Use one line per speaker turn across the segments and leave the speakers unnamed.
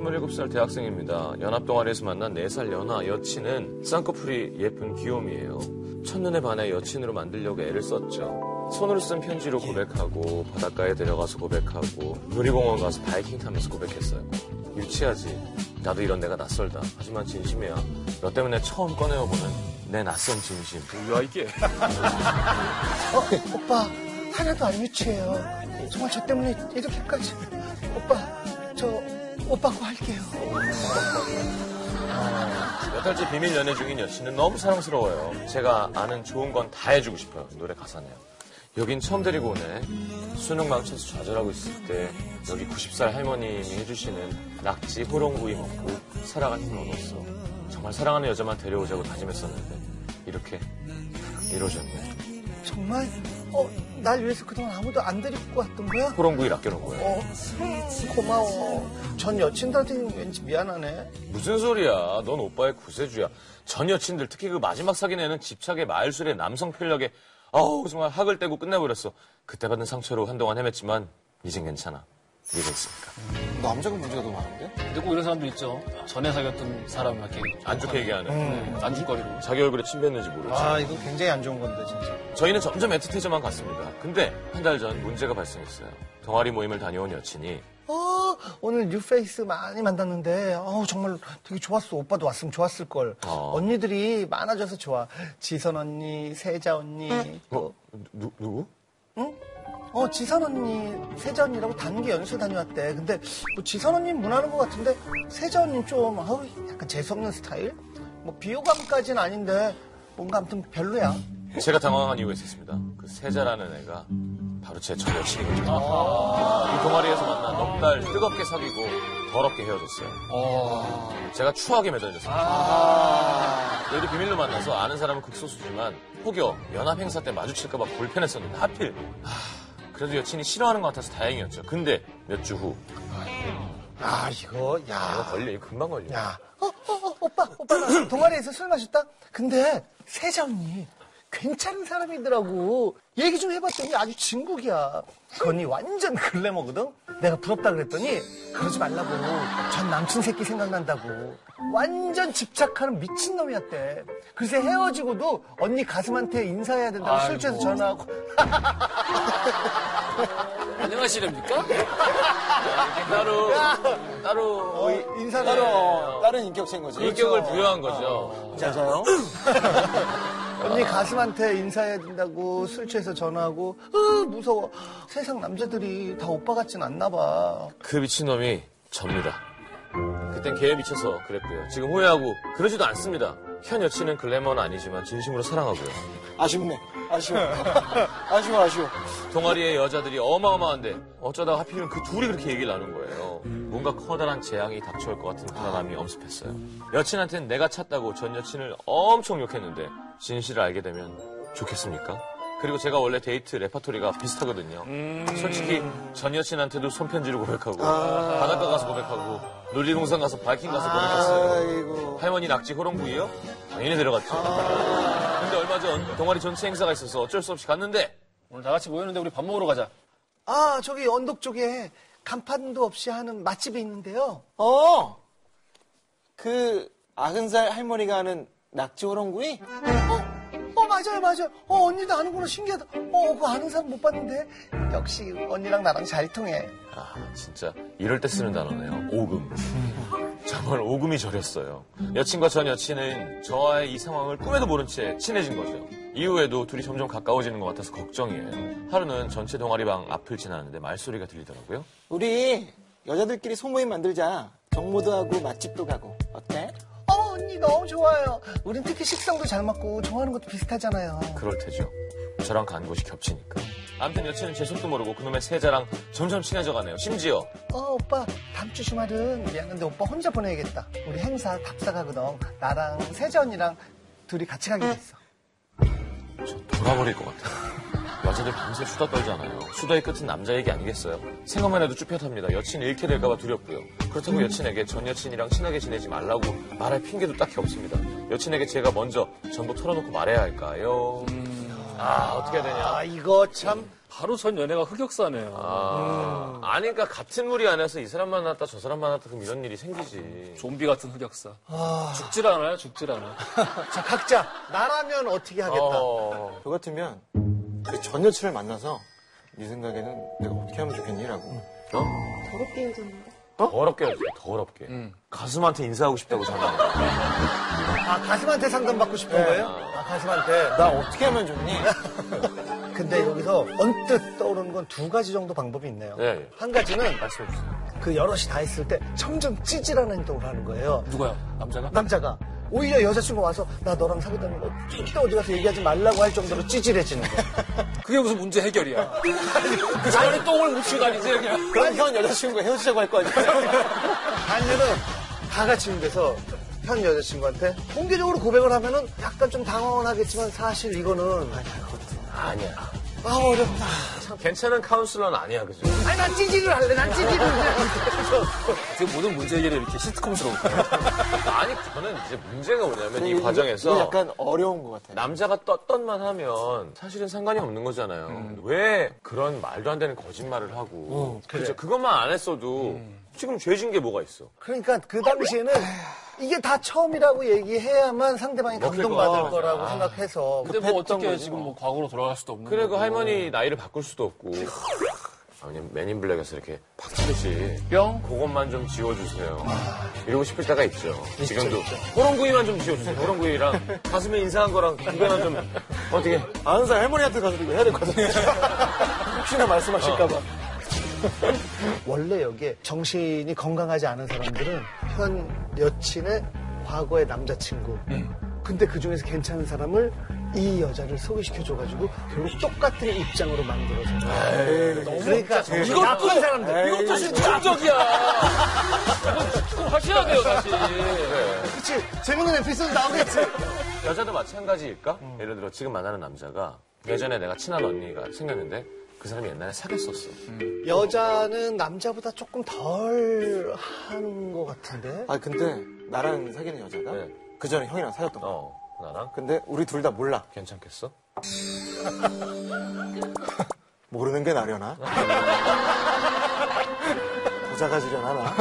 27살 대학생입니다. 연합 동아리에서 만난 4살 연하 여친은 쌍꺼풀이 예쁜 귀요미예요. 첫눈에 반해 여친으로 만들려고 애를 썼죠. 손으로 쓴 편지로 고백하고 바닷가에 데려가서 고백하고 놀이공원 가서 바이킹 타면서 고백했어요. 유치하지. 나도 이런 내가 낯설다. 하지만 진심이야. 너 때문에 처음 꺼내어보는 내 낯선 진심. 뭐야 이게?
어, 오빠, 하나도 안 유치해요. 정말 저 때문에 이렇게까지. 오빠, 저, 오빠 거 할게요.
몇 달째 비밀 연애 중인 여친은 너무 사랑스러워요. 제가 아는 좋은 건 다 해주고 싶어요. 노래 가사네요. 여긴 처음 데리고 오네. 수능 망쳐서 좌절하고 있을 때 여기 90살 할머님이 해주시는 낙지 호롱구이 먹고 살아갈 힘 얻었어. 정말 사랑하는 여자만 데려오자고 다짐했었는데 이렇게 이루어졌네.
정말, 어, 날 위해서 그동안 아무도 안 데리고 왔던 거야?
호롱구이 아껴놓은 거예요.
어, 고마워. 전 여친들한테는 왠지 미안하네.
무슨 소리야. 넌 오빠의 구세주야. 전 여친들 특히 그 마지막 사귄 애는 집착에 마을술에 남성 필력에 어우 정말 학을 떼고 끝내버렸어. 그때 받은 상처로 한동안 헤맸지만 이젠 괜찮아. 이해가 있으니까.
남자가 문제가 더 많은데?
근데 꼭 이런 사람들 있죠. 전에 사귀었던 사람을 이렇게
안 좋게 얘기하는.
안주거리로.
자기 얼굴에 침 뱉는지 모르지.
아, 이거 굉장히 안 좋은 건데, 진짜.
저희는 점점 애틋해져만 갔습니다. 근데 한 달 전 문제가 발생했어요. 동아리 모임을 다녀온 여친이
어, 오늘 뉴페이스 많이 만났는데, 어우, 정말 되게 좋았어. 오빠도 왔으면 좋았을걸.
어.
언니들이 많아져서 좋아. 지선 언니, 세자 언니,
어?
또,
누, 누구?
어, 지선 언니, 세자 언니라고 단기 연수 다녀왔대. 근데 뭐 지선 언니 는 무난한 것 같은데 세자 언니 는좀 아우, 약간 재수 없는 스타일? 뭐 비호감까지는 아닌데 뭔가 아무튼 별로야.
제가 당황한 이유가 있었습니다. 그 세자라는 애가 바로 제 전 여친이거든요. 이 동아리에서 만나 넉 달 뜨겁게 사귀고 더럽게 헤어졌어요. 제가 추하게 매달렸습니다. 얘도 비밀로 만나서 아는 사람은 극소수지만 혹여 연합 행사 때 마주칠까봐 불편했었는데 하필 하, 그래도 여친이 싫어하는 것 같아서 다행이었죠. 근데 몇 주 후
아, 이거,
이거
야.
걸려, 이거 금방 걸려.
야. 어, 어, 어, 오빠, 오빠, 나 동아리에서 술 마셨다? 근데 세자 언니, 괜찮은 사람이더라고. 얘기 좀 해봤더니 아주 진국이야. 그 언니 완전 글래머거든? 내가 부럽다 그랬더니 그러지 말라고. 전 남친 새끼 생각난다고. 완전 집착하는 미친놈이었대. 글쎄 헤어지고도 언니 가슴한테 인사해야 된다고 술 취해서
아이고.
전화하고.
안녕하시렵니까? 따로, 따로.
어, 인사를.
다른 인격체인 거지.
그 인격을 부여한 거죠.
맞아요.
언니 가슴한테 인사해야 된다고 술 취해서 전화하고 으 무서워 세상 남자들이 다 오빠 같진 않나 봐
그 미친놈이 접니다. 그땐 개에 미쳐서 그랬고요. 지금 후회하고 그러지도 않습니다. 현 여친은 글래머는 아니지만 진심으로 사랑하고요.
아쉽네. 아쉬워. 아쉬워, 아쉬워.
동아리의 여자들이 어마어마한데 어쩌다가 하필이면 그 둘이 그렇게 얘기를 나눈 거예요. 뭔가 커다란 재앙이 닥쳐올 것 같은 불안함이 엄습했어요. 여친한테는 내가 찼다고 전 여친을 엄청 욕했는데 진실을 알게 되면 좋겠습니까? 그리고 제가 원래 데이트 레파토리가 비슷하거든요. 솔직히 전 여친한테도 손편지로 고백하고
아.
바닷가 가서 고백하고 놀이동산 가서 바이킹 가서 고백했어요.
아이고.
할머니 낙지 호롱구이요? 당연히 데려갔죠.
아.
근데 얼마 전 동아리 전체 행사가 있어서 어쩔 수 없이 갔는데
오늘 다 같이 모였는데 우리 밥 먹으러 가자.
아 저기 언덕 쪽에 간판도 없이 하는 맛집이 있는데요
어! 그, 아흔 살 할머니가 하는 낙지 호롱구이?
어 맞아요 맞아요 어 언니도 아는구나 신기하다 어 그거 아는 사람 못 봤는데 역시 언니랑 나랑 잘 통해
아, 진짜 이럴 때 쓰는 단어네요. 오금. 정말 오금이 저렸어요. 여친과 전 여친은 저와의 이 상황을 꿈에도 모른 채 친해진 거죠. 이후에도 둘이 점점 가까워지는 것 같아서 걱정이에요. 하루는 전체 동아리 방 앞을 지나는데 말소리가 들리더라고요.
우리, 여자들끼리 소모임 만들자. 정모도 하고, 맛집도 가고. 어때?
어 언니 너무 좋아요 우린 특히 식성도 잘 맞고 좋아하는 것도 비슷하잖아요
그럴 테죠. 저랑 간 곳이 겹치니까. 아무튼 여친은 제 속도 모르고 그놈의 세자랑 점점 친해져 가네요. 심지어
어, 오빠, 다음 주 주말은 미안한데 오빠 혼자 보내야겠다. 우리 행사 답사 가거든. 나랑 세자 언니랑 둘이 같이 가기로 했어.
저 돌아버릴 것 같아요. 여자들 밤새 수다 떨잖아요. 수다의 끝은 남자 얘기 아니겠어요? 생각만 해도 쭈뼛합니다. 여친 잃게 될까봐 두렵고요. 그렇다고 여친에게 전 여친이랑 친하게 지내지 말라고 말할 핑계도 딱히 없습니다. 여친에게 제가 먼저 전부 털어놓고 말해야 할까요? 아, 어떻게 해야 되냐?
아, 이거 참
바로 전 연애가 흑역사네요.
아, 아니까 같은 무리 안에서 이 사람 만났다 저 사람 만났다 그럼 이런 일이 생기지.
좀비 같은 흑역사. 죽질 않아요, 죽질 않아.
자, 각자 나라면 어떻게 하겠다.
어,
저 같으면 그전 여친을 만나서 네 생각에는 내가 어떻게 하면 좋겠니라고
더럽게 헤어졌는데.
더럽게 해야지, 더럽게. 가슴한테 인사하고 싶다고 생각해.
아, 가슴한테 상담받고 싶은
네.
거예요? 아, 가슴한테.
나 어떻게 하면 좋니?
근데 여기서 언뜻 떠오르는 건 두 가지 정도 방법이 있네요.
예, 예.
한 가지는
말씀해 주세요.
그 여럿이 다 했을 때 점점 찌질하는 행동을 하는 거예요.
누가요? 남자가?
남자가 오히려 여자친구 와서 나 너랑 사귀다는 거 절대 어디 가서 얘기하지 말라고 할 정도로 찌질해지는 거야.
그게 무슨 문제 해결이야. 그 전에 똥을 묻히고 다니세요, 그냥.
그럼 현 여자친구가 헤어지자고 할 거 아니야?
반면은 다 같이 힘돼서 현 여자친구한테 공개적으로 고백을 하면은 약간 좀 당황하겠지만 사실 이거는
아니야.
아 어렵다.
괜찮은 카운슬러는 아니야, 그죠?
아니 난 찌질을 할래. 난 찌질을. 그냥.
지금 모든 문제 해결이 이렇게 시트콤스러워.
아니, 저는 이제 문제가 뭐냐면 이
이게-
과정에서
이게 약간 어려운 것 같아.
남자가 떴던만 하면 사실은 상관이 없는 거잖아요. 왜 그런 말도 안 되는 거짓말을 하고. 음. 어, 그렇죠. 그죠? 그것만 안 했어도 지금 죄진 게 뭐가 있어?
그러니까 그 당시에는 이게 다 처음이라고 얘기해야만 상대방이
먹힐
감동받을
거야.
거라고
아.
생각해서
근데 뭐 어떻게 지금 뭐 과거로 돌아갈 수도 없는
그래, 그
거고.
할머니 나이를 바꿀 수도 없고. 아니, 맨인 블랙에서 이렇게 박치듯이.
뿅?
그것만 좀 지워주세요. 이러고 싶을 때가 있죠. 지금도. 호롱구이만 좀 지워주세요. 호롱구이랑 가슴에 인사한 거랑 구별만 좀 어떻게.
아는 사람 할머니한테 가서 이거 해야 될 거든요 혹시나 말씀하실까봐.
아,
원래 여기에 정신이 건강하지 않은 사람들은 현 여친의 과거의 남자친구. 근데 그 중에서 괜찮은 사람을 이 여자를 소개시켜줘가지고 결국 똑같은 입장으로 만들어서. 그러니까 이거 나쁜 사람들.
이것도 시트콤적이야. 이건 시트콤 하셔야 돼요, 다시.
그치. 재밌는 에피소드 나오겠지.
여자도 마찬가지일까? 예를 들어 지금 만나는 남자가 예전에 내가 친한 언니가 생겼는데 그 사람이 옛날에 사귀었었어.
여자는 남자보다 조금 덜 하는 것 같은데.
아 근데 나랑 사귀는 여자가
네.
그 전에 형이랑 사귀었던 거.
어, 나랑?
근데 우리 둘 다 몰라.
괜찮겠어?
모르는 게 나려나? 부자가지려나 나.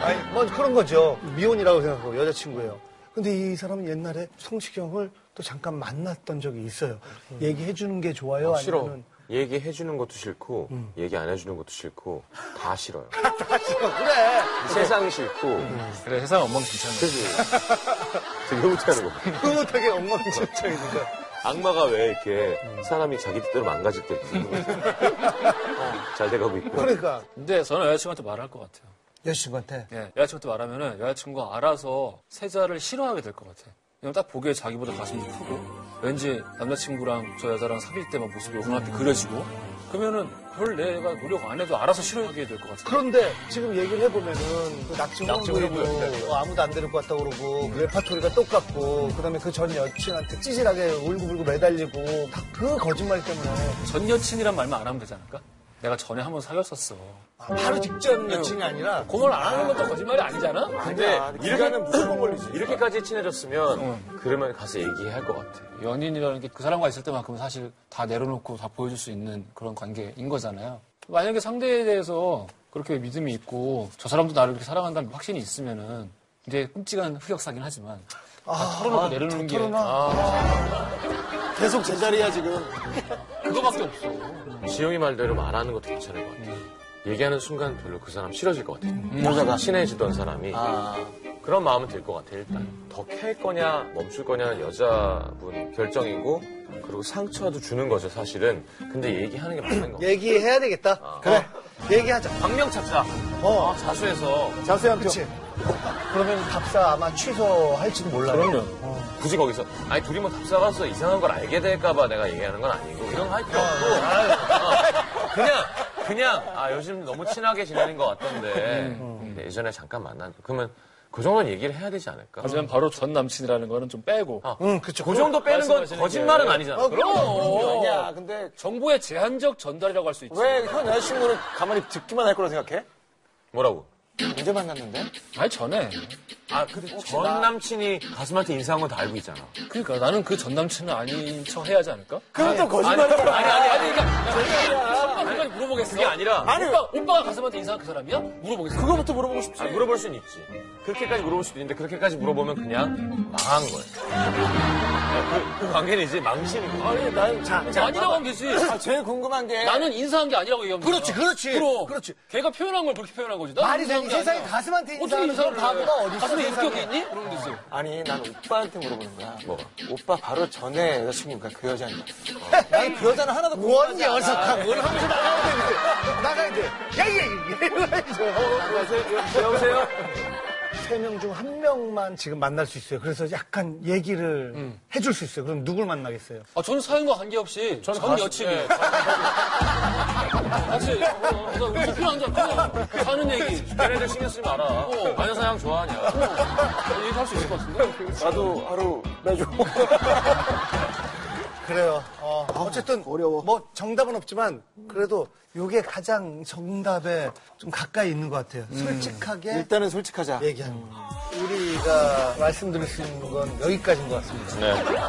아니, 뭐 그런 거죠. 미혼이라고 생각하고 여자친구예요. 근데 이 사람은 옛날에 성시경을 또 잠깐 만났던 적이 있어요. 얘기해 주는 게 음. 좋아요?
어, 싫어.
아니면
얘기해 주는 것도 싫고 얘기 안 해주는 것도 싫고 다 싫어요.
그래.
세상이 싫고
음.
그래, 세상 엉망 괜찮네.
그지? 지금 이거부터 하는 거.
그 못하게 엉망진창이니까.
악마가 왜 이렇게 사람이 자기 뜻대로 망가질 때 있는 거지? 어, 잘 돼가고 있고.
그러니까
근데 저는 여자친구한테 말할 것 같아요.
여자친구한테
예, 여자친구한테 말하면은 여자친구가 알아서 세자를 싫어하게 될 것 같아. 왜냐면 딱 보기에 자기보다 가슴이 크고 왠지 남자친구랑 저 여자랑 사귈 때만 모습이 눈앞에 그려지고 그러면은 그걸 내가 노력 안 해도 알아서 싫어하게 될 것 같아.
그런데 지금 얘기를 해보면은 그 낙지홍보이고 어, 아무도 안 들을 것 같다고 그러고 그 레파토리가 똑같고 그다음에 그 전 여친한테 찌질하게 울고불고 매달리고 다 그 거짓말 때문에
전 여친이란 말만 안 하면 되지 않을까? 내가 전에 한번 사귀었었어.
아, 바로 직전 여친이 아니라
그걸 안 하는 것도 거짓말이 아니잖아?
근데
네, 이렇게는 무슨 건 걸리지?
이렇게까지 친해졌으면 그러면 가서 얘기할 것 같아.
연인이라는 게 그 사람과 있을 때만큼은 사실 다 내려놓고 다 보여줄 수 있는 그런 관계인 거잖아요. 만약에 상대에 대해서 그렇게 믿음이 있고 저 사람도 나를 그렇게 사랑한다는 확신이 있으면은 이제 끔찍한 흑역사긴 하지만 다 아, 털어놓고 내려놓는 게
계속 제자리야 지금.
그거밖에 없어.
지영이 말대로 말하는 것도 괜찮을 것 같아. 요 얘기하는 순간 별로 그 사람 싫어질 것 같아.
여자가.
친해지던 사람이
아
그런 마음은 들 것 같아. 일단 더 캘 거냐 멈출 거냐는 여자분 결정이고 그리고 상처도 주는 거죠 사실은. 근데 얘기하는 게 맞는 거.
예. 얘기해야 되겠다. 그래. 얘기하자.
광명 찾자.
어.
어, 자수해서
자세한 그치? 그러면 답사 아마 취소할지도 몰라요.
그럼요.
굳이 거기서 아니 둘이 뭐 답사가서 이상한 걸 알게 될까봐 내가 얘기하는 건 아니고 이런 거 할 필요 없고 어, 그냥 그냥 아 요즘 너무 친하게 지내는 것 같던데 근데 예전에 잠깐 만난 그러면 그 정도는 얘기를 해야 되지 않을까?
하지만 바로 전 남친이라는 거는 좀 빼고
아,
응, 그쵸.
그 정도 빼는 건
말씀하시는
거짓말은
게-
아니잖아.
어, 그럼.
아니야. 근데
정보의 제한적 전달이라고 할 수 있지.
왜 현 여자친구는 가만히 듣기만 할 거라 생각해?
뭐라고?
언제 만났는데?
아니 전에
아, 근데 전 남친이 가슴한테 인사한 건 다 알고 있잖아.
그러니까 나는 그 전 남친은 아닌 척 해야지 않을까?
그럼 또 거짓말을
아니, 아니, 그러니까 아니.
그러니까
그걸 물어보겠어.
그게 아니라.
아니, 오빠, 오빠가 가슴한테 인사한 그 사람이야? 물어보겠어.
그거부터 물어보고 싶지.
아, 물어볼 수는 있지. 그렇게까지 물어볼 수도 있는데, 그렇게까지 물어보면 그냥 망한 거예요. 그, 그 관계는 이제 망신인 거야.
아니 난 자,
아니라고 하면 되지.
아, 제일 궁금한 게
나는 인사한 게 아니라고 얘기하면
그렇지,
되잖아.
그렇지.
그럼.
그렇지.
걔가 표현한 걸 그렇게 표현한 거지. 나는
말이 되는
인사한 게
세상에
아니야.
가슴한테
어떻게
인사하는
인사를
그런 바보가
해?
어디 있어?
가슴에 인격이
세상에.
있니? 이러면 되지.
아니 난 오빠한테 물어보는 거야.
뭐가?
오빠 바로 전에 여자친구니까 그 여자인 거야. 난그 여자는 하나도
원
궁금하지 않아.
녀석아, 뭘 하면서 나가야 되는데. 나가야 돼. 야, 야, 야, 야.
여보세요?
세명 중 한 명만 지금 만날 수 있어요. 그래서 약간 얘기를 해줄 수 있어요. 그럼 누굴 만나겠어요?
아, 저는 사연과 관계없이 전 여친이. 같이, 어, 나 우리 술한 잔, 끊어. 사는 얘기.
걔네들 신경 쓰지 마라. 마녀 사냥 좋아하냐.
얘기할 수 있을 것 같은데?
나도 하루 매주.
그래요. 어, 어쨌든 어려워. 뭐 정답은 없지만 그래도 요게 가장 정답에 좀 가까이 있는 것 같아요. 솔직하게
일단은 솔직하자.
얘기하는 거. 우리가 말씀드릴 수 있는 건 여기까지인 것 같습니다.
네.